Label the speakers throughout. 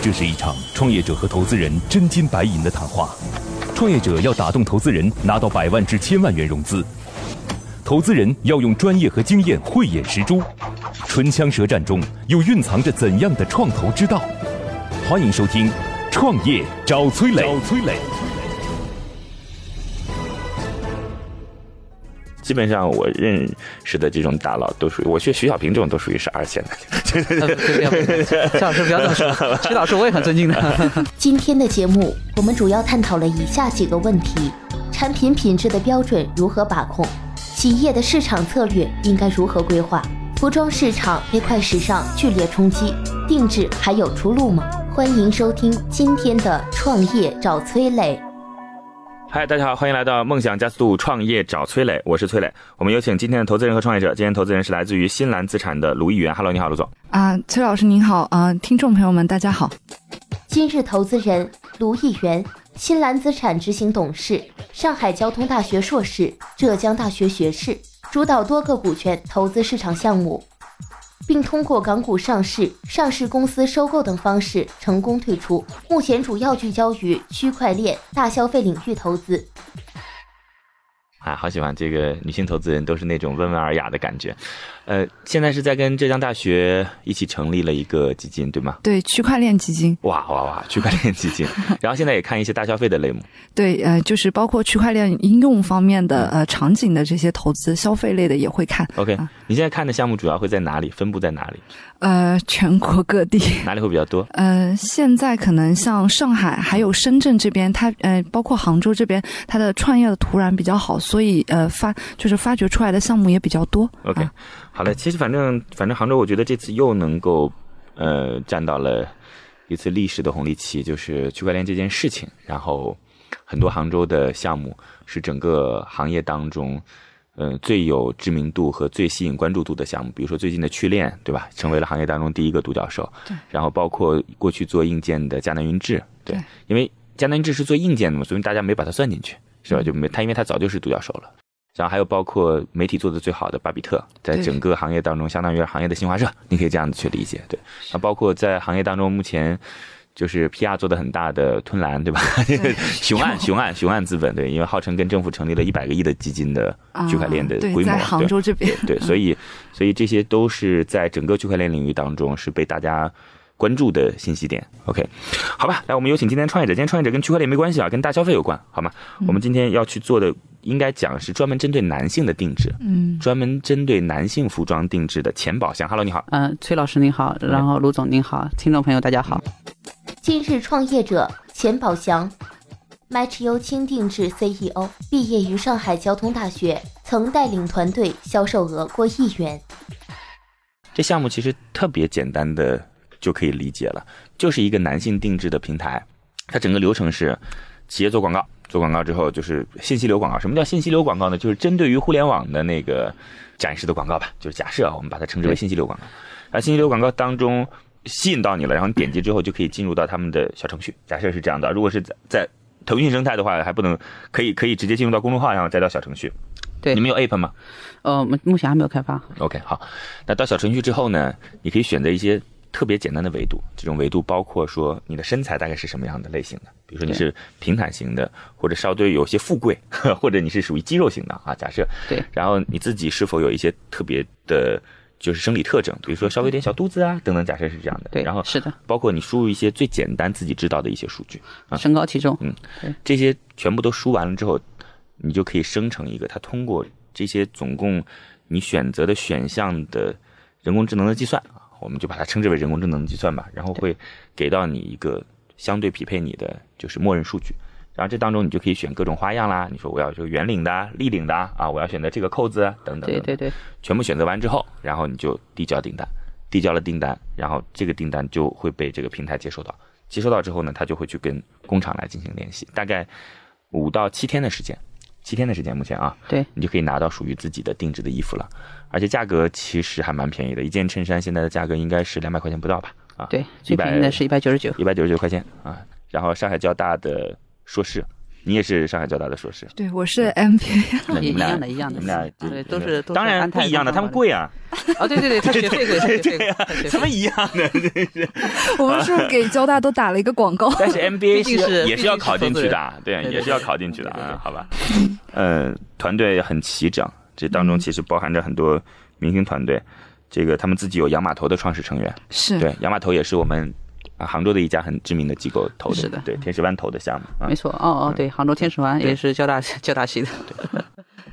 Speaker 1: 这是一场创业者和投资人真金白银的谈话。创业者要打动投资人，拿到百万至千万元融资；投资人要用专业和经验慧眼识珠。唇枪舌战中，又蕴藏着怎样的创投之道？欢迎收听《创业找崔磊》。
Speaker 2: 找崔磊。
Speaker 3: 基本上我认识的这种大佬都属于，我学徐小平这种都属于是二线的。
Speaker 4: 呃不不要不要，崔老师不要这么 说，崔老师我也很尊敬的。
Speaker 5: 今天的节目，我们主要探讨了以下几个问题：产品品质的标准如何把控？企业的市场策略应该如何规划？服装市场被快时尚剧烈冲击，定制还有出路吗？欢迎收听今天的《创业找崔磊》。
Speaker 3: 嗨，大家好，欢迎来到梦想加速度创业找崔磊，我是崔磊。我们有请今天的投资人和创业者，今天投资人是来自于新兰资产的卢一元。Hello，你好，卢总。
Speaker 6: 啊，崔老师您好啊、听众朋友们大家好。
Speaker 5: 今日投资人卢毅元，新兰资产执行董事，上海交通大学硕士，浙江大学学士，主导多个股权投资市场项目，并通过港股上市、上市公司收购等方式成功退出。目前主要聚焦于区块链、大消费领域投资。
Speaker 3: 啊，好喜欢这个女性投资人，都是那种温文尔雅的感觉。呃，现在是在跟浙江大学一起成立了一个基金，对吗？
Speaker 6: 对，区块链基金，
Speaker 3: 哇哇哇，区块链基 金。然后现在也看一些大消费的类目。
Speaker 6: 对，呃，就是包括区块链应用方面的呃场景的这些投资，消费类的也会看，
Speaker 3: OK，
Speaker 6: 啊
Speaker 3: 你现在看的项目主要会在哪里？分布在哪里？
Speaker 6: 呃，全国各地。
Speaker 3: 哪里会比较多？
Speaker 6: 呃，现在可能像上海还有深圳这边，它呃包括杭州这边，它的创业的土壤比较好，所以呃发就是发掘出来的项目也比较多。
Speaker 3: OK，、
Speaker 6: 啊
Speaker 3: 好嘞，其实反正反正杭州，我觉得这次又能够呃站到了一次历史的红利期，就是区块链这件事情。然后很多杭州的项目是整个行业当中。嗯，最有知名度和最吸引关注度的项目，比如说最近的区链，对吧？成为了行业当中第一个独角兽。
Speaker 6: 对。
Speaker 3: 然后包括过去做硬件的迦南云智，对，
Speaker 6: 对
Speaker 3: 因为迦南云智是做硬件的嘛，所以大家没把它算进去，是吧？就没它，因为它早就是独角兽了。然后还有包括媒体做的最好的巴比特，在
Speaker 6: 对
Speaker 3: 整个行业当中，相当于行业的新华社，你可以这样子去理解，对。那包括在行业当中，目前就是 PR 做的很大的吞蓝，对吧？ 雄岸、雄岸、雄岸资本，对，因为号称跟政府成立了一百个亿的基金的 区块链的
Speaker 6: 啊
Speaker 3: 规模，
Speaker 6: 对，在杭州这边
Speaker 3: 对，对，所以所以这些都是在整个区块链领域当中是被大家。关注的信息点，OK，好吧，来，我们有请今天创业者。今天创业者跟区块链没关系啊，跟大消费有关，好吗？我们今天要去做的，应该讲是专门针对男性的定制，
Speaker 6: 嗯，
Speaker 3: 专门针对男性服装定制的钱宝箱。Hello，你好。
Speaker 4: 嗯、崔老师您好，然后卢总您好，听众朋友大家好。
Speaker 5: 今日创业者钱宝祥，Match U 轻定制 CEO，毕业于上海交通大学，曾带领团队销售额过亿元。
Speaker 3: 这项目其实特别简单的就可以理解了，就是一个男性定制的平台，它整个流程是企业做广告，做广告之后就是信息流广告。什么叫信息流广告呢？就是针对于互联网的那个展示的广告吧，就是假设啊，我们把它称之为信息流广告。而信息流广告当中吸引到你了，然后你点击之后就可以进入到他们的小程序。假设是这样的，如果是在在腾讯生态的话，还不能可以可以直接进入到公众号，然后再到小程序。
Speaker 4: 对
Speaker 3: 你们有 App 吗？
Speaker 4: 呃，我们目前还没有开发。
Speaker 3: OK，好，那到小程序之后呢，你可以选择一些特别简单的维度，这种维度包括说你的身材大概是什么样的类型的，比如说你是平坦型的，或者稍微有些富贵， 或者你是属于肌肉型的啊，假设
Speaker 4: 对，
Speaker 3: 然后你自己是否有一些特别的，就是生理特征，比如说稍微有点小肚子啊等等，假设是这样的，
Speaker 4: 对，
Speaker 3: 然后
Speaker 4: 是的，
Speaker 3: 包括你输入一些最简单自己知道的一些数据，啊
Speaker 4: 身高体重，
Speaker 3: 这些全部都输完了之后，你就可以生成一个，它通过这些总共你选择的选项的人工智能的计算啊，我们就把它称之为人工智能计算吧，然后会给到你一个相对匹配你的就是默认数据。然后这当中你就可以选各种花样啦，你说我要这个圆领的啊、立领的啊，啊我要选择这个扣子啊，等等
Speaker 4: 对
Speaker 3: 等等
Speaker 4: 对，对，
Speaker 3: 全部选择完之后，然后你就递交订单，递交了订单，然后这个订单就会被这个平台接收到，接收到之后呢，他就会去跟工厂来进行联系，大概五到七天的时间，七天的时间目前啊，
Speaker 4: 对，
Speaker 3: 你就可以拿到属于自己的定制的衣服了，而且价格其实还蛮便宜的，一件衬衫现在的价格应该是两百块钱不到吧，啊，
Speaker 4: 对，最便宜的是一百九十九。
Speaker 3: 一百九十九块钱啊。然后上海交大的硕士，你也是上海交大的硕士，
Speaker 6: 对，我是 MBA，
Speaker 3: 那
Speaker 4: 也
Speaker 3: 你们俩
Speaker 4: 一样的一样的
Speaker 3: 你们俩就
Speaker 4: 对都是都是
Speaker 3: 当然
Speaker 4: 安
Speaker 3: 不
Speaker 4: 泰
Speaker 3: 一样的，
Speaker 4: 光环
Speaker 3: 他们
Speaker 4: 环
Speaker 3: 贵啊，
Speaker 4: 啊，对对对，他学费贵，他学费
Speaker 3: 对
Speaker 4: 贵
Speaker 3: 呀，
Speaker 4: 他学，
Speaker 3: 他
Speaker 4: 费
Speaker 3: 们
Speaker 4: 贵。
Speaker 3: 一样的。
Speaker 6: 我们是不是给交大都打了一个广告？
Speaker 3: 但 是 MBA
Speaker 4: 毕竟是
Speaker 3: 也是要考进去的啊，对
Speaker 4: 对，对
Speaker 3: 也是要考进去的
Speaker 4: 对对对
Speaker 3: 啊，好吧？呃，团队很齐整，这当
Speaker 4: 嗯
Speaker 3: 中其实包含着很多明星团队，这个他们自己有洋码头的创始成员，
Speaker 6: 是，
Speaker 3: 对，洋码头也是我们啊杭州的一家很知名的机构投的，
Speaker 4: 是的
Speaker 3: 对，天使湾投的项目啊
Speaker 4: 没，错，哦哦，对，杭州天使环也是交大 交大系的，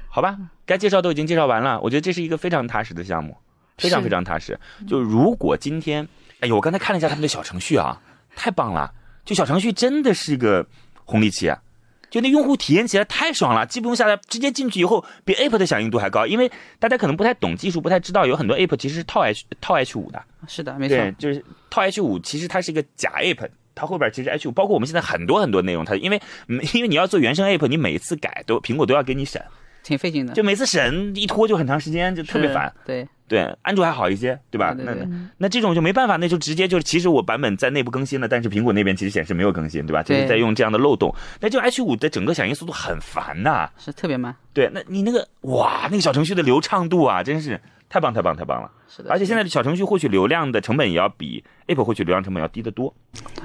Speaker 3: 好吧，该介绍都已经介绍完了，我觉得这是一个非常踏实的项目，非常
Speaker 6: 是
Speaker 3: 非常踏实。就如果今天，哎呦，我刚才看了一下他们的小程序啊，太棒了！就小程序真的是个红利期啊，就那用户体验起来太爽了，既不用下载，直接进去以后比 App 的响应度还高。因为大家可能不太懂技术，不太知道有很多 App 其实是套 H 套 H 五的，
Speaker 4: 是的，没错，
Speaker 3: 对，就是套 H 五，其实它是一个假 app，它后边其实 H 五包括我们现在很多很多内容，它因为嗯因为你要做原生 app，你每次改都苹果都要给你审，
Speaker 4: 挺费劲的，
Speaker 3: 就每次审一拖就很长时间，就特别
Speaker 4: 是
Speaker 3: 烦。。
Speaker 4: 对，
Speaker 3: 对，安卓还好一些，对吧？
Speaker 4: 对对对
Speaker 3: 那那这种就没办法，那就直接就是，其实我版本在内部更新了，但是苹果那边其实显示没有更新，对吧？就是
Speaker 4: 对
Speaker 3: 在用这样的漏洞，那就 H 五的整个响应速度很烦呐、
Speaker 4: 是特别慢，
Speaker 3: 对，那你那个哇，那个小程序的流畅度啊，真是太棒太棒太棒了！
Speaker 4: 是的。
Speaker 3: 而且现在的小程序获取流量的成本也要比 Apple 获取流量成本要低得多，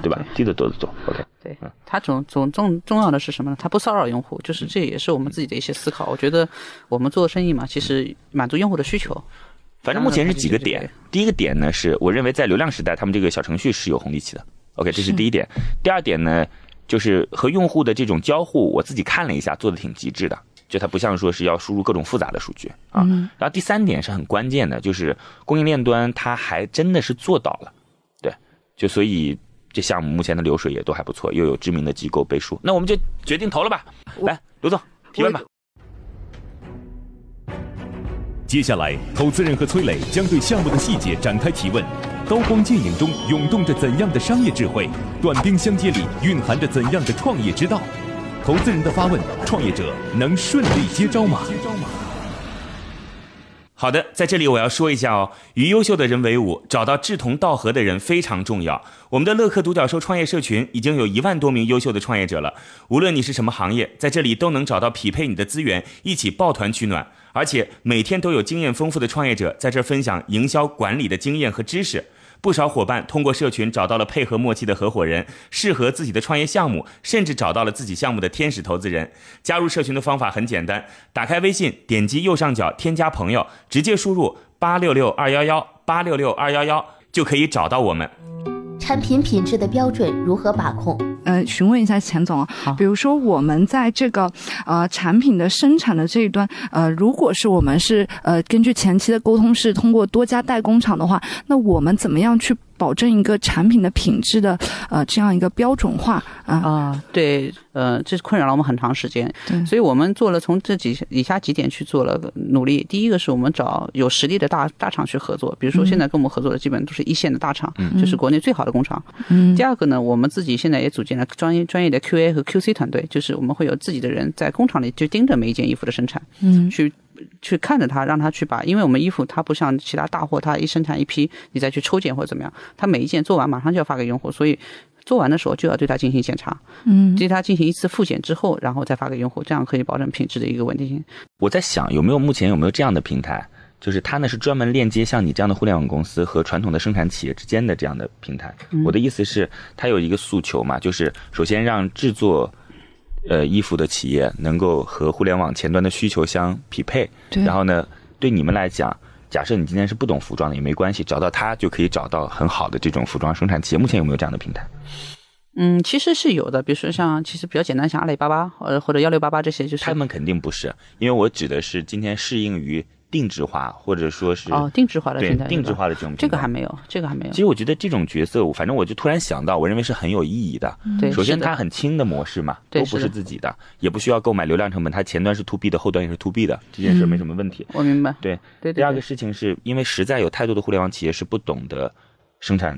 Speaker 3: 对吧？低得多得多。OK，
Speaker 4: 对嗯它总总重重要的是什么呢？它不骚扰用户，就是这也是我们自己的一些思考。我觉得我们做生意嘛，其实满足用户的需求，
Speaker 3: 反正目前是几个点。第一个点呢，是我认为在流量时代，他们这个小程序是有红利期的。OK，这是第一点。第二点呢，就是和用户的这种交互，我自己看了一下，做的挺极致的。就它不像说是要输入各种复杂的数据啊。然后第三点是很关键的，就是供应链端它还真的是做到了。对，就所以这项目目前的流水也都还不错，又有知名的机构背书，那我们就决定投了吧。来，刘总提问吧。
Speaker 1: 接下来，投资人和崔磊将对项目的细节展开提问。刀光剑影中涌动着怎样的商业智慧？短兵相接里蕴含着怎样的创业之道？投资人的发问，创业者能顺利接招吗？
Speaker 3: 好的，在这里我要说一下哦，与优秀的人为伍，找到志同道合的人非常重要。我们的乐客独角兽创业社群已经有一万多名优秀的创业者了，无论你是什么行业，在这里都能找到匹配你的资源，一起抱团取暖。而且每天都有经验丰富的创业者在这儿分享营销管理的经验和知识。不少伙伴通过社群找到了配合默契的合伙人，适合自己的创业项目，甚至找到了自己项目的天使投资人。加入社群的方法很简单，打开微信，点击右上角添加朋友，直接输入八六六二幺幺八六六二幺幺就可以找到我们。
Speaker 5: 产品品质的标准如何把控？
Speaker 6: 呃，询问一下钱总啊，比如说我们在这个呃产品的生产的这一端，呃，如果是我们是呃根据前期的沟通是通过多家代工厂的话，那我们怎么样去保证一个产品的品质的呃这样一个标准化啊？
Speaker 4: 啊，对，呃，这困扰了我们很长时间，
Speaker 6: 对
Speaker 4: 所以我们做了从这几以下几点去做了呃努力。第一个是我们找有实力的大大厂去合作，比如说现在跟我们合作的基本都是一线的大厂，就是国内最好的工厂。
Speaker 6: 嗯
Speaker 4: 第二个呢，我们自己现在也组建了专业专业的 QA 和 QC 团队，就是我们会有自己的人在工厂里就盯着每一件衣服的生产，
Speaker 6: 嗯
Speaker 4: 去去看着它，让它去把，因为我们衣服它不像其他大货，它一生产一批，你再去抽检或者怎么样，它每一件做完马上就要发给用户，所以做完的时候就要对它进行检查，
Speaker 6: 嗯
Speaker 4: 对它进行一次复检之后，然后再发给用户，这样可以保证品质的一个稳定性。
Speaker 3: 我在想，有没有目前有没有这样的平台？就是它呢是专门链接像你这样的互联网公司和传统的生产企业之间的这样的平台。
Speaker 4: 嗯
Speaker 3: 我的意思是，它有一个诉求嘛，就是首先让制作呃衣服的企业能够和互联网前端的需求相匹配。
Speaker 6: 对
Speaker 3: 然后呢，对你们来讲，假设你今天是不懂服装的也没关系，找到它就可以找到很好的这种服装生产企业。目前有没有这样的平台？
Speaker 4: 嗯，其实是有的，比如说像其实比较简单，像阿里巴巴呃或者幺六八八这些，就是
Speaker 3: 他们肯定不是，因为我指的是今天适应于定制化或者说是
Speaker 4: 哦定制化的
Speaker 3: 对
Speaker 4: 平台，
Speaker 3: 定制化
Speaker 4: 的
Speaker 3: 的这种平台
Speaker 4: 这个还没有，这个还没有
Speaker 3: 其。实我觉得这种角色，我反正我就突然想到，我认为是很有意义的。
Speaker 4: 对，
Speaker 3: 嗯首先
Speaker 4: 嗯是的
Speaker 3: 它很轻的模式嘛，
Speaker 4: 对
Speaker 3: 都不
Speaker 4: 是
Speaker 3: 是
Speaker 4: 的
Speaker 3: 自己的，也不需要购买流量成本，它前端是 to B 的，后端也是 to B 的，这件事没什么问题。
Speaker 4: 我明白，
Speaker 3: 对，
Speaker 4: 嗯对对
Speaker 3: 第二个
Speaker 4: 对
Speaker 3: 事情是因为实在有太多的互联网企业是不懂得生产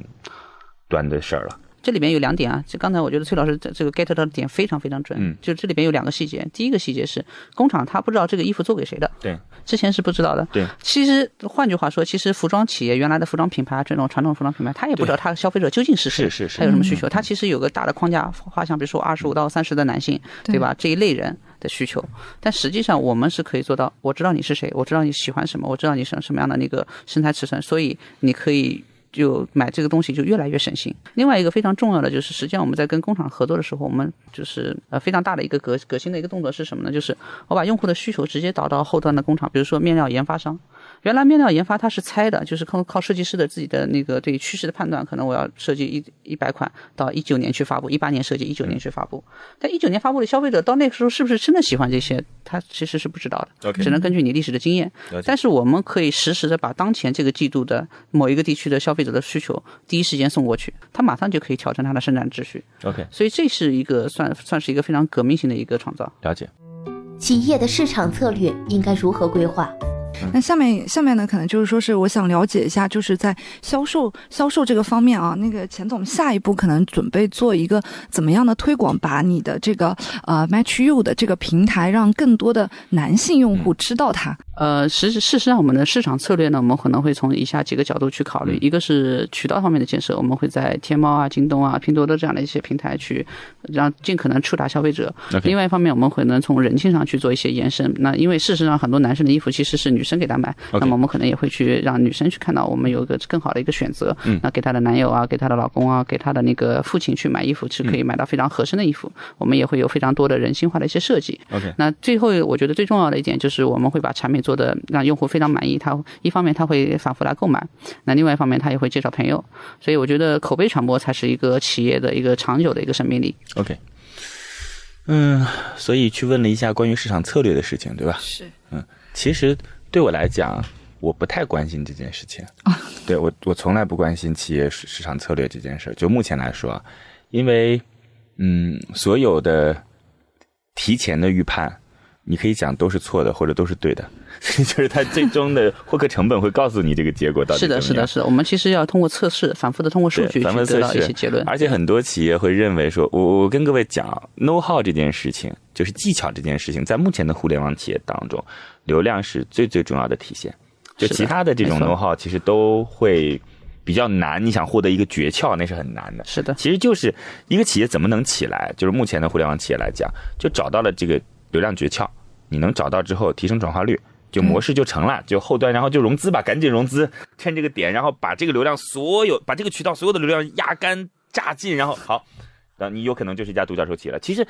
Speaker 3: 端的事儿了，
Speaker 4: 这里边有两点啊，这刚才我觉得崔老师这这个 get 到的点非常非常准，
Speaker 3: 嗯
Speaker 4: 就这里边有两个细节，第一个细节是工厂他不知道这个衣服做给谁的，
Speaker 3: 对，
Speaker 4: 之前是不知道的，
Speaker 3: 对。
Speaker 4: 其实换句话说，其实服装企业原来的服装品牌这种传统服装品牌，他也不知道他消费者究竟是谁，
Speaker 3: 是是是
Speaker 4: 他有什么需求，他其实有个大的框架画像，比如说二十五到三十的男性，
Speaker 6: 对
Speaker 4: 对吧？这一类人的需求，但实际上我们是可以做到，我知道你是谁，我知道你喜欢什么，我知道你什什么样的那个身材尺寸，所以你可以。就买这个东西就越来越省心。另外一个非常重要的就是，实际上我们在跟工厂合作的时候，我们就是呃非常大的一个革革新的一个动作是什么呢？就是我把用户的需求直接导到后端的工厂，比如说面料研发商。原来面料研发它是猜的，就是靠靠设计师的自己的那个对于趋势的判断，可能我要设计一一百款，到一九年去发布，一八年设计，一九年去发布。但一九年发布的消费者到那个时候是不是真的喜欢这些，他其实是不知道的
Speaker 3: OK
Speaker 4: 只能根据你历史的经验
Speaker 3: 了解。
Speaker 4: 但是我们可以实时的把当前这个季度的某一个地区的消费者的需求第一时间送过去，他马上就可以调整他的生产秩序。
Speaker 3: OK，
Speaker 4: 所以这是一个算算是一个非常革命性的一个创造。
Speaker 3: 了解。
Speaker 5: 企业的市场策略应该如何规划？
Speaker 6: 那下面下面呢，可能就是说是我想了解一下，就是在销售销售这个方面啊，那个钱总下一步可能准备做一个怎么样的推广，把你的这个呃 Match You 的这个平台，让更多的男性用户知道它。
Speaker 4: 呃，实事实上，我们的市场策略呢，我们可能会从以下几个角度去考虑：一个是渠道方面的建设，我们会在天猫啊、京东啊、拼多多这样的一些平台去让尽可能触达消费者。
Speaker 3: OK
Speaker 4: 另外一方面，我们可能从人性上去做一些延伸。那因为事实上，很多男生的衣服其实是女生给他买
Speaker 3: OK
Speaker 4: 那么我们可能也会去让女生去看到我们有一个更好的一个选择。
Speaker 3: 嗯
Speaker 4: 那给她的男友啊，给她的老公啊，给她的那个父亲去买衣服，是可以买到非常合身的衣服。我们也会有非常多的人性化的一些设计。
Speaker 3: 嗯 OK，
Speaker 4: 那最后，我觉得最重要的一点就是，我们会把产品做的让用户非常满意。他一方面他会反复来购买，那另外一方面他也会介绍朋友。所以我觉得口碑传播才是一个企业的一个长久的一个生命力。
Speaker 3: OK，嗯，所以去问了一下关于市场策略的事情，对吧？嗯
Speaker 6: 是，
Speaker 3: 其实对我来讲，我不太关心这件事 情。对我，我从来不关心企业市市场策略这件事儿。就目前来说啊，因为嗯，所有的提前的预判，你可以讲都是错的，或者都是对的， 就是它最终的获客成本会告诉你这个结果到底
Speaker 4: 是的，
Speaker 3: 怎
Speaker 4: 是
Speaker 3: 么样
Speaker 4: 的，是的。我们其实要通过测试，反复的通过数
Speaker 3: 对
Speaker 4: 据
Speaker 3: 咱
Speaker 4: 去
Speaker 3: 们测
Speaker 4: 得到一
Speaker 3: 试
Speaker 4: 些结论。
Speaker 3: 而且很多企业会认为说，我我跟各位讲，know how 这件事情，就是技巧这件事情，在目前的互联网企业当中，流量是最最重要的体现。就是
Speaker 4: 的
Speaker 3: 其他的这种
Speaker 4: 没错
Speaker 3: know how 其实都会比较难，你想获得一个诀窍，那是很难的。
Speaker 4: 是的，
Speaker 3: 其实就是一个企业怎么能起来，就是目前的互联网企业来讲，就找到了这个流量诀窍，你能找到之后提升转化率。就模式就成
Speaker 4: 嗯
Speaker 3: 了，就后端，然后就融资吧，赶紧融资，趁这个点，然后把这个流量所有，把这个渠道所有的流量压干榨尽，然后好，然后你有可能就是一家独角兽企业了。其实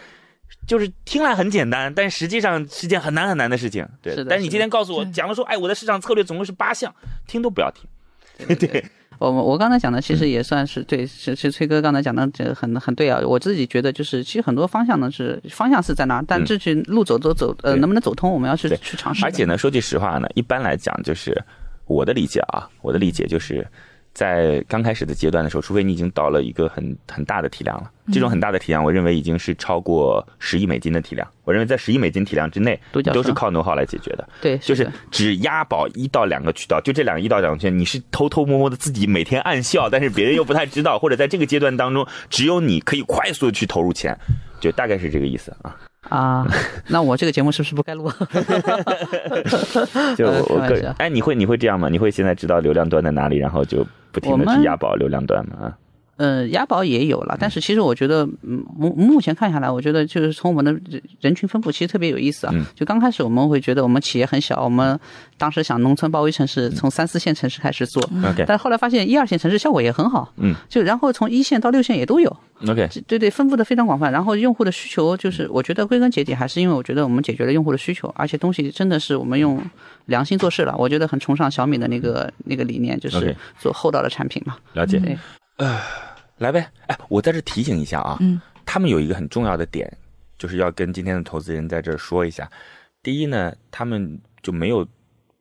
Speaker 3: 就是听来很简单，但实际上是件很难很难的事情。对，
Speaker 4: 是的
Speaker 3: 但是你
Speaker 4: 是的
Speaker 3: 今天告诉我讲了说，哎，我的市场策略总共是八项，听都不 要听。 对
Speaker 4: 我我刚才讲的其
Speaker 3: 嗯
Speaker 4: 实也算是对，是是崔哥刚才讲的这很很对啊。我自己觉得就是，其实很多方向呢是方向是在哪，但
Speaker 3: 嗯
Speaker 4: 这去路走走走，呃，
Speaker 3: 对
Speaker 4: 能不能走通，我们要去
Speaker 3: 对
Speaker 4: 去尝试的。
Speaker 3: 而且呢，说句实话呢，一般来讲，就是我的理解啊，我的理解就是在刚开始的阶段的时候，除非你已经到了一个很很大的体量了，这种很大的体量，我认为已经是超过十亿美金的体量。我认为在十亿美金体量之内，
Speaker 4: 独角兽
Speaker 3: 都是靠 know how 来解决的。
Speaker 4: 对，
Speaker 3: 就是是
Speaker 4: 的
Speaker 3: 只押宝一到两个渠道，就这两个一到两个渠道，你是偷偷摸摸的自己每天暗笑，但是别人又不太知道，或者在这个阶段当中，只有你可以快速的去投入钱，就大概是这个意思啊。
Speaker 4: 啊， 那我这个节目是不是不该 录？
Speaker 3: 就
Speaker 4: 呃
Speaker 3: 我
Speaker 4: 开
Speaker 3: 我
Speaker 4: 玩
Speaker 3: 个人
Speaker 4: 笑，
Speaker 3: 哎，你会你会这样吗？你会现在知道流量端在哪里，然后就不停
Speaker 4: 我
Speaker 3: 的
Speaker 4: 们
Speaker 3: 去押宝流量端吗？啊，
Speaker 4: 呃，押宝也有了，但是其实我觉得，嗯，目目前看下来，我觉得就是从我们的人人群分布其实特别有意思啊。
Speaker 3: 嗯
Speaker 4: 就刚开始我们会觉得我们企业很小，我们当时想农村包围城
Speaker 3: 嗯
Speaker 4: 市，从三四线城市开始做，
Speaker 3: OK
Speaker 4: 但后来发现一二线城市效果也很好，
Speaker 3: 嗯，
Speaker 4: 就然后从一线到六线也都有，
Speaker 3: ，OK，
Speaker 4: 这对对，分布的非常广泛。然后用户的需求就是，我觉得归根结底还是因为我觉得我们解决了用户的需求，而且东西真的是我们用良心做事了。我觉得很崇尚小米的那个那个理念，就
Speaker 3: 嗯 OK
Speaker 4: 是做厚道的产品嘛。
Speaker 3: 了解。
Speaker 4: 对，
Speaker 3: 呃来呗，哎，我在这提醒一下啊，
Speaker 6: 嗯，
Speaker 3: 他们有一个很重要的点，就是要跟今天的投资人在这儿说一下。第一呢，他们就没有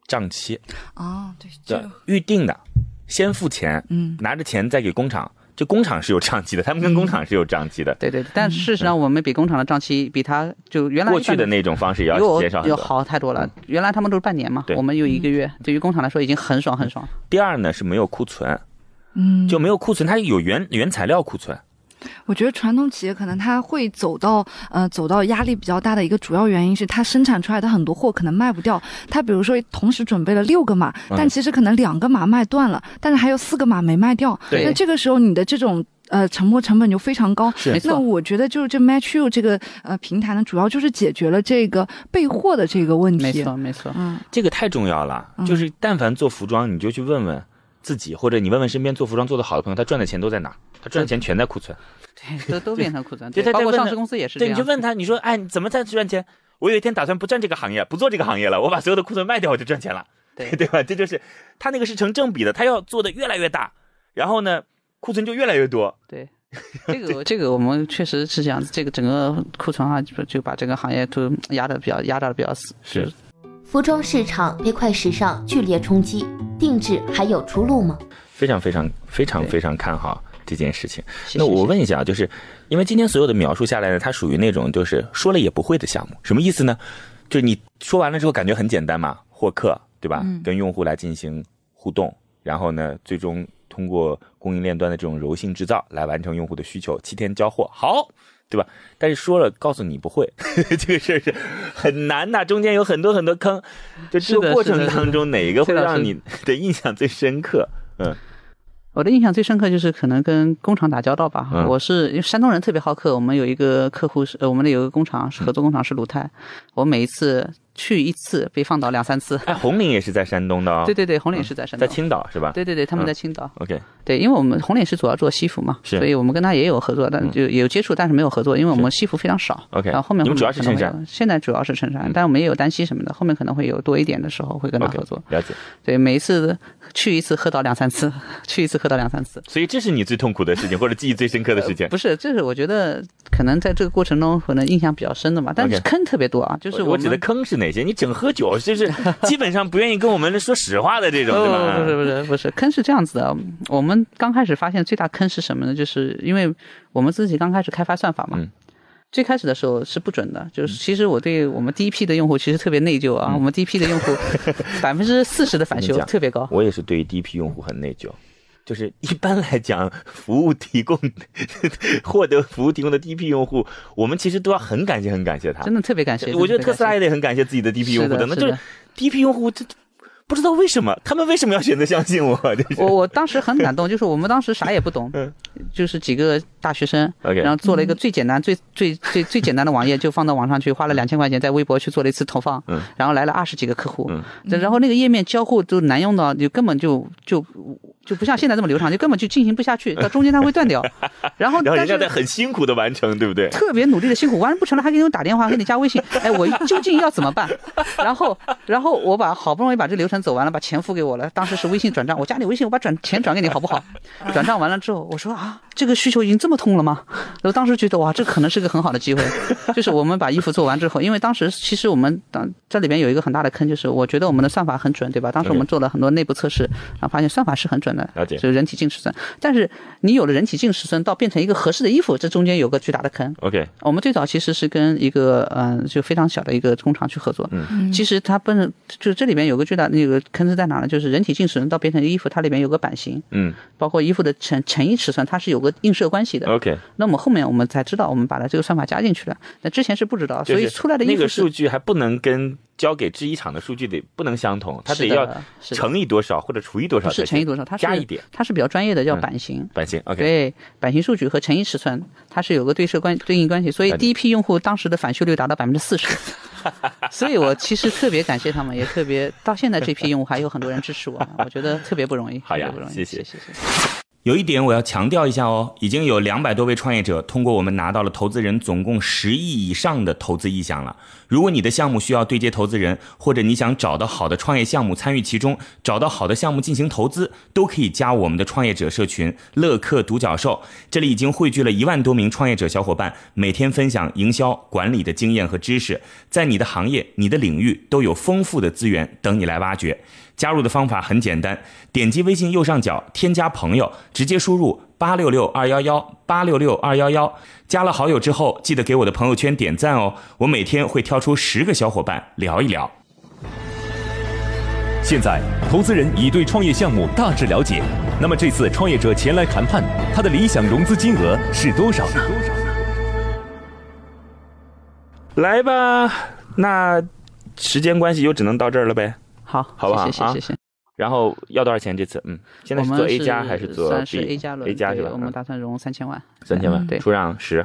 Speaker 3: 账期，
Speaker 6: 哦，对，
Speaker 3: 对，预定的，先付钱，
Speaker 6: 嗯，
Speaker 3: 拿着钱再给工厂，这工厂是有账期的，他们跟
Speaker 4: 嗯
Speaker 3: 工厂是有账期的。
Speaker 4: 对对对，但事实上我们比工厂的账期比它就原
Speaker 3: 嗯
Speaker 4: 来
Speaker 3: 过去的那种方式也要
Speaker 4: 有
Speaker 3: 减少很
Speaker 4: 有
Speaker 3: 多。嗯
Speaker 4: 好太多了，原来他们都是半年嘛
Speaker 3: 对，嗯
Speaker 4: 我们有一个月，对于工厂来说已经很爽很爽。
Speaker 3: 第二呢是没有库存，
Speaker 6: 嗯，
Speaker 3: 就没有库存，它有原原材料库存，
Speaker 6: 我觉得传统企业可能它会走到呃走到压力比较大的一个主要原因是它生产出来的很多货可能卖不掉，它比如说同时准备了六个码，
Speaker 4: 嗯
Speaker 6: 但其实可能两个码卖断了，但是还有四个码没卖掉，
Speaker 3: 对
Speaker 6: 那这个时候你的这种。呃，沉没成本就非常高。
Speaker 3: 是
Speaker 4: 没错
Speaker 6: 那我觉得就是这 Match You 这个呃平台呢，主要就是解决了这个备货的这个问题。
Speaker 4: 没错，没错，
Speaker 6: 嗯，
Speaker 3: 这个太重要了。就是但凡做服装，你就去问问自己，或者你问问身边做服装做得好的朋友，他赚的钱都在哪儿？他赚的钱全在库存。
Speaker 4: 对， 都都变成库存，
Speaker 3: 对
Speaker 4: 对，
Speaker 3: 他
Speaker 4: 包括
Speaker 3: 在问
Speaker 4: 上
Speaker 3: 的
Speaker 4: 市公司也是这
Speaker 3: 对，
Speaker 4: 样
Speaker 3: 你
Speaker 4: 子。
Speaker 3: 就问他，你说，哎，你怎么才赚钱？我有一天打算不干这个行业，不做这个行业了，我把所有的库存卖掉，我就赚钱了，
Speaker 4: 对
Speaker 3: 对吧？这就是他那个是成正比的，他要做的越来越大，然后呢，库存就越来越多。
Speaker 4: 对，这个这个我们确实是这样子，这个整个库存啊，就就把这个行业都压的比较压榨的比较死。
Speaker 3: 是
Speaker 5: 服装市场被快时尚剧烈冲击，定制还有出路吗？
Speaker 3: 非常非常非常
Speaker 4: 对
Speaker 3: 非常看好这件事情。
Speaker 4: 谢谢
Speaker 3: 那我问一下啊，就是因为今天所有的描述下来呢，它属于那种就是说了也不会的项目，什么意思呢？就是你说完了之后感觉很简单嘛，获客对吧？
Speaker 4: 嗯
Speaker 3: 跟用户来进行互动，然后呢，最终通过供应链端的这种柔性制造来完成用户的需求，七天交货，好。对吧？但是说了，告诉你不会， 这个事儿是很难的，中间有很多很多坑。就这
Speaker 4: 是的
Speaker 3: 个过
Speaker 4: 是的
Speaker 3: 程
Speaker 4: 是的
Speaker 3: 当中，哪一个会
Speaker 4: 崔老师
Speaker 3: 让你的印象最深刻？嗯，
Speaker 4: 我的印象最深刻就是可能跟工厂打交道吧。
Speaker 3: 嗯
Speaker 4: 我是因为山东人特别好客，我们有一个客户是，呃，我们的有一个工厂
Speaker 3: 嗯
Speaker 4: 是合作工厂是鲁泰，我每一次去一次被放倒两三次。
Speaker 3: 哎，红岭也是在山东的哦，
Speaker 4: 对对对，红岭是在山
Speaker 3: 在
Speaker 4: 东。
Speaker 3: 青岛是吧？
Speaker 4: 对对对，他们
Speaker 3: 嗯
Speaker 4: 在青岛。
Speaker 3: ，OK，
Speaker 4: 对，因为我们红岭是主要做西服嘛，
Speaker 3: 是嗯
Speaker 4: 所以我们跟他也有合作，但就有接触，但是没有合作，因为我们西服非常少。
Speaker 3: OK
Speaker 4: 然后后面
Speaker 3: 你们主要是
Speaker 4: 可能会
Speaker 3: 衬
Speaker 4: 有
Speaker 3: 衫，嗯
Speaker 4: 现在主要是衬衫，但我们也有单膝什么的，后面可能会有多一点的时候会跟他
Speaker 3: OK，
Speaker 4: 合作。
Speaker 3: 了解。
Speaker 4: 对，每一次去一次喝到两三次， 去一次喝到两三次。
Speaker 3: 所以这是你最痛苦的事情，或者记忆最深刻的事情。
Speaker 4: 不是，这是我觉得可能在这个过程中可能印象比较深的吧，但是
Speaker 3: OK
Speaker 4: 坑特别多啊，就是
Speaker 3: 我我
Speaker 4: 们
Speaker 3: 指的坑是哪些？你整喝酒，就是基本上不愿意跟我们说实话的这 种，对
Speaker 4: 哦，
Speaker 3: 吧？嗯
Speaker 4: 不是不是不是，坑是这样子的。我们刚开始发现最大坑是什么呢？就是因为我们自己刚开始开发算法嘛，
Speaker 3: 嗯
Speaker 4: 最开始的时候是不准的。就是其实我对我们第一批的用户其实特别内疚
Speaker 3: 嗯
Speaker 4: 啊，我们第一批 的用户百分之四十的返
Speaker 3: 怎
Speaker 4: 修
Speaker 3: 么讲
Speaker 4: 特别高。
Speaker 3: 我也是对第一批用户很内疚。就是一般来讲，服务提供 获得服务提供的第一批用户，我们其实都要很感谢，很感谢他。
Speaker 4: 真的特别感谢，
Speaker 3: 我觉得
Speaker 4: 真的特别
Speaker 3: 特斯拉
Speaker 4: 感谢
Speaker 3: 也得很感谢自己的第一批用户
Speaker 4: 是的
Speaker 3: 那
Speaker 4: 是
Speaker 3: 就
Speaker 4: 的
Speaker 3: 是第一批用户，这这不知道为什么，他们为什么要选择相信我？ 这是
Speaker 4: 我我当时很感动，就是我们当时啥也不懂，就是几个大学生，
Speaker 3: 嗯 OK
Speaker 4: 然后做了一个最简单、最最最最简单 的网页，就放到网上去，花了两千块钱在微博去做了一次投放，
Speaker 3: 嗯
Speaker 4: 然后来了二十几个客户，
Speaker 3: 嗯
Speaker 4: 对然后那个页面交互都难用到，就根本就就就不像现在这么流畅，就根本就进行不下去，到中间它 会断掉，然后
Speaker 3: 然后人
Speaker 4: 但
Speaker 3: 家
Speaker 4: 是
Speaker 3: 在很辛苦的完成，对不 对？
Speaker 4: 特别努力的辛苦，完了不成了还给你打电话，给你 加微信，哎，我究竟要怎么办？然后，然后我把好不容易把这个流程走完了，把钱付给我了，当时是微信转账，我加你微信，我把转钱转给你好 不好？转账完了之后，我说啊，这个需求已经这么通了吗？我当时觉得哇，这可能是个很好的机 会，就是我们把衣服做完之后，因为当时其实我们当这里边有一个很大的坑，就是我觉得我们的算法很准，对吧？当时我们做了很多内部测试，然后发现算法是很准的，
Speaker 3: 了解
Speaker 4: 就是人体净尺寸。但是你有了人体净尺寸，到变成一个合适的衣服，这中间有个巨大的坑。
Speaker 3: OK，
Speaker 4: 我们最早其实是跟一个嗯、呃就非常小的一个工厂去合作。嗯，其实它本就这里面有个巨大那个坑是在哪呢？就是人体净尺寸到变成衣服，它里面有个版型，
Speaker 3: 嗯
Speaker 4: 包括衣服的成成衣尺寸，它是有个映射关系的。
Speaker 3: ，OK，
Speaker 4: 那我们后面我们才知道，我们把它这个算法加进去了。那之前是不知道，所以出来的
Speaker 3: 那
Speaker 4: 衣服
Speaker 3: 个
Speaker 4: 是
Speaker 3: 数据还不能跟交给制衣厂的数据得不能相同，它得
Speaker 4: 是的
Speaker 3: 要
Speaker 4: 是的
Speaker 3: 乘以多少或者除以多少
Speaker 4: 不
Speaker 3: 才行，
Speaker 4: 是乘以多少？它是
Speaker 3: 啊加一点，嗯
Speaker 4: 它是比较专业的，叫版型。
Speaker 3: 版型 OK，
Speaker 4: 对，版型数据和成衣尺寸，它是有个对射关对应关系，所以
Speaker 3: 了解
Speaker 4: 第一批用户当时的返修率达到百分之 四十，所以我其实特别感谢他们，也特别到现在这批用户还有很多人支持我，我觉得特别不容易，
Speaker 3: 好呀
Speaker 4: 特别不容易，
Speaker 3: 谢谢
Speaker 4: 谢谢谢。
Speaker 3: 有一点我要强调一下哦，已经有两百多位创业者通过我们拿到了投资人总共十亿以上的投资意向了。如果你的项目需要对接投资人，或者你想找到好的创业项目参与其中，找到好的项目进行投资，都可以加我们的创业者社群“乐客独角兽”。这里已经汇聚了一万多名创业者小伙伴，每天分享营销管理的经验和知识，在你的行业、你的领域都有丰富的资源等你来挖掘。加入的方法很简单，点击微信右上角添加朋友，直接输入八六六二幺幺八六六二幺幺。加了好友之后，记得给我的朋友圈点赞哦，我每天会挑出十个小伙伴聊一聊。
Speaker 1: 现在，投资人已对创业项目大致了解。那么这次创业者前来谈判，他的理想融资金额是多少？是多少？
Speaker 3: 来吧，那时间关系就只能到这儿了呗。
Speaker 4: 好，
Speaker 3: 好不好
Speaker 4: 谢谢
Speaker 3: 啊
Speaker 4: 谢谢谢谢。
Speaker 3: 然后要多少钱？这次，嗯，现在
Speaker 4: 我
Speaker 3: 是
Speaker 4: 们
Speaker 3: 做 A 加还是做 B？
Speaker 4: 算是 A 加轮
Speaker 3: A 加
Speaker 4: 对
Speaker 3: 是吧？
Speaker 4: 我们打算融三千万，
Speaker 3: 三千万，
Speaker 4: 对
Speaker 3: 出让十，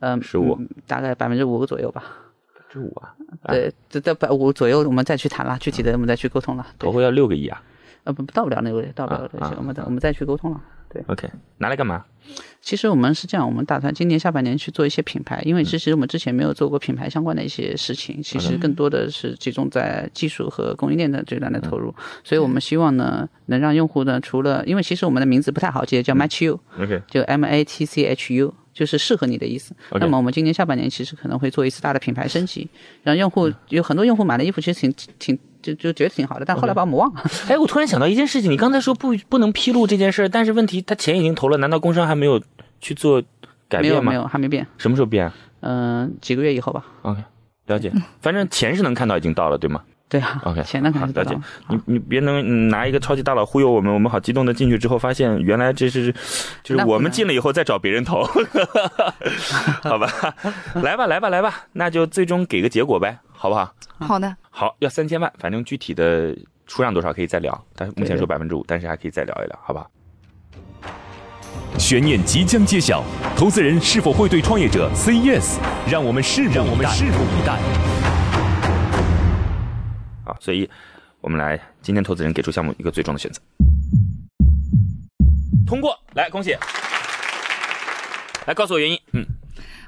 Speaker 4: 嗯，
Speaker 3: 15
Speaker 4: 嗯大概百分之五左右吧。
Speaker 3: 这五啊，啊
Speaker 4: 对，这在百五左右，我们再去谈了，具体的我们再去沟通了。对
Speaker 3: 头，回要六个亿啊。
Speaker 4: 呃，不，到不了那个位置，到不了那个位
Speaker 3: 啊
Speaker 4: 置，
Speaker 3: 啊
Speaker 4: 我们再
Speaker 3: 啊
Speaker 4: 我们再去沟通了。
Speaker 3: OK，拿来干嘛？
Speaker 4: 其实我们是这样，我们打算今年下半年去做一些品牌，因为
Speaker 3: 嗯
Speaker 4: 其实我们之前没有做过品牌相关的一些事情，其实更多的是集中在技术和供应链的这
Speaker 3: 嗯
Speaker 4: 段的投入，所以我们希望呢，能让用户呢，除了因为其实我们的名字不太好记，
Speaker 3: 嗯
Speaker 4: 叫 Match You，
Speaker 3: OK
Speaker 4: 就 M A T C H U。就是适合你的意思。
Speaker 3: OK
Speaker 4: 那么我们今年下半年其实可能会做一次大的品牌升级，让用
Speaker 3: 嗯
Speaker 4: 户有很多用户买的衣服其实挺挺就就觉得挺好的，但后来把我们忘了。
Speaker 3: 哎，我突然想到一件事情，你刚才说不不能披露这件事儿，但是问题他钱已经投了，难道工商还没有去做改
Speaker 4: 没有
Speaker 3: 变
Speaker 4: 没
Speaker 3: 吗？
Speaker 4: 有，还没变。
Speaker 3: 什么时候变
Speaker 4: 嗯、几个月以后吧。
Speaker 3: ？OK，了
Speaker 4: 嗯
Speaker 3: 解。反正钱是能看到已经到了，对吗？
Speaker 4: 对啊
Speaker 3: OK，
Speaker 4: 钱呢可能是
Speaker 3: 好了
Speaker 4: 得
Speaker 3: 解
Speaker 4: 到。
Speaker 3: 你你别能嗯拿一个超级大佬忽悠我们，我们好激动的进去之后，发现原来这是就是
Speaker 4: 那不
Speaker 3: 我们
Speaker 4: 能
Speaker 3: 进了以后再找别人 投， 好吧？来吧来吧来吧，那就最终给个结果呗，好不好？
Speaker 4: 嗯
Speaker 6: 好的，
Speaker 3: 好，要三千万，反正具体的出让多少可以再聊，但是目前说百分之五，但是还可以再聊一聊，好吧？
Speaker 1: 悬念即将揭晓，投资人是否会对创业者 say yes？让我们拭目以待。拭目以待。
Speaker 3: 啊，所以我们来今天投资人给出项目一个最终的选择，通过，来恭喜，来告诉我原因，嗯，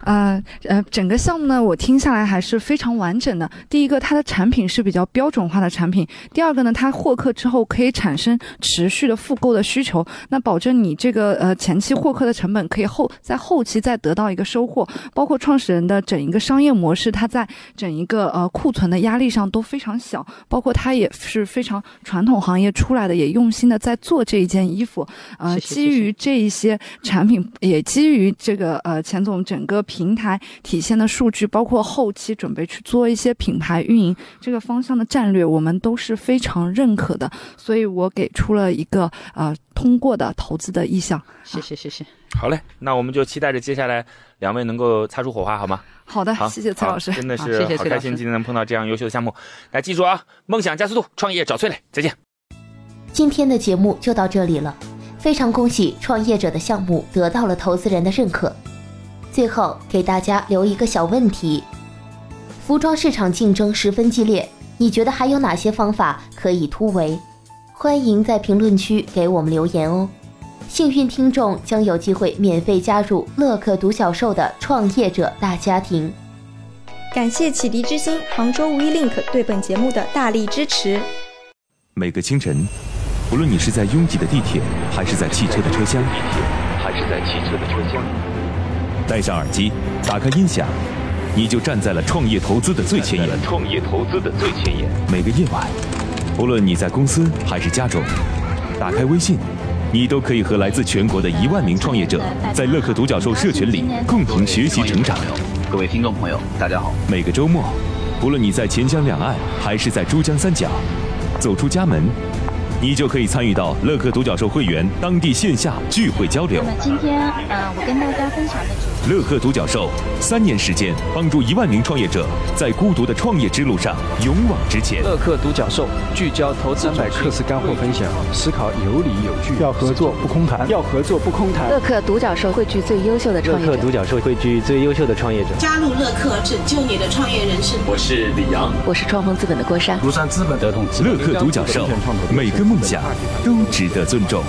Speaker 6: 呃呃，整个项目呢，我听下来还是非常完整的。第一个，它的产品是比较标准化的产品；第二个呢，它获客之后可以产生持续的复购的需求，那保证你这个呃前期获客的成本可以后在后期再得到一个收获，包括创始人的整一个商业模式，它在整一个呃库存的压力上都非常小，包括它也是非常传统行业出来的，也用心的在做这一件衣服。呃，
Speaker 4: 谢谢谢
Speaker 6: 基
Speaker 4: 谢
Speaker 6: 于这一些产品，也基于这个呃钱总整个平台体现的数据，包括后期准备去做一些品牌运营这个方向的战略，我们都是非常认可的，所以我给出了一个呃通过的投资的意向。
Speaker 4: 谢谢谢谢。
Speaker 3: 好嘞，那我们就期待着接下来两位能够擦出火花，好吗？
Speaker 6: 好的，
Speaker 3: 好，
Speaker 6: 啊谢谢蔡
Speaker 3: 好
Speaker 6: 老师，
Speaker 3: 真的
Speaker 6: 好
Speaker 3: 是
Speaker 4: 谢谢
Speaker 3: 好
Speaker 4: 崔老
Speaker 3: 开心
Speaker 4: 师
Speaker 3: 今天能碰到这样优秀的项目，大家记住啊，梦想加速度，创业找崔磊，再见。
Speaker 5: 今天的节目就到这里了，非常恭喜创业者的项目得到了投资人的认可。最后给大家留一个小问题：服装市场竞争十分激烈，你觉得还有哪些方法可以突围？欢迎在评论区给我们留言哦。幸运听众将有机会免费加入乐客独角兽的创业者大家庭。
Speaker 2: 感谢启迪之星、杭州无一 link 对本节目的大力支持。
Speaker 1: 每个清晨，不论你是在拥挤的地铁，还是在汽车的车厢，
Speaker 7: 还是在汽车的车厢。
Speaker 1: 戴上耳机，打开音响，你就站在了创业投资的最前沿。
Speaker 7: 创业投资的最前沿。
Speaker 1: 每个夜晚，不论你在公司还是家中，打开微信，你都可以和来自全国的一万名创业者，在乐客独角兽社群里共同学习成长。
Speaker 7: 各位听众朋友，大家好。
Speaker 1: 每个周末，不论你在钱江两岸还是在珠江三角，走出家门，你就可以参与到乐客独角兽会员当地线下聚会交流
Speaker 8: 那。么今天，呃，我跟大家分享的主题
Speaker 1: 乐客独角兽三年时间，帮助一万名创业者在孤独的创业之路上勇往直前。
Speaker 9: 乐客独角兽聚焦投资百课时干货分享，思考有理有据，要合作不空谈，要合作不空谈。
Speaker 10: 乐客独角兽汇聚最优秀的创业者。
Speaker 9: 角兽汇聚最优秀的创业者。
Speaker 11: 加入乐客，拯救你的创业人生。
Speaker 7: 我是李阳。
Speaker 10: 我是创丰资本的郭珊。
Speaker 1: 乐客独角兽，每个梦想都值得尊重。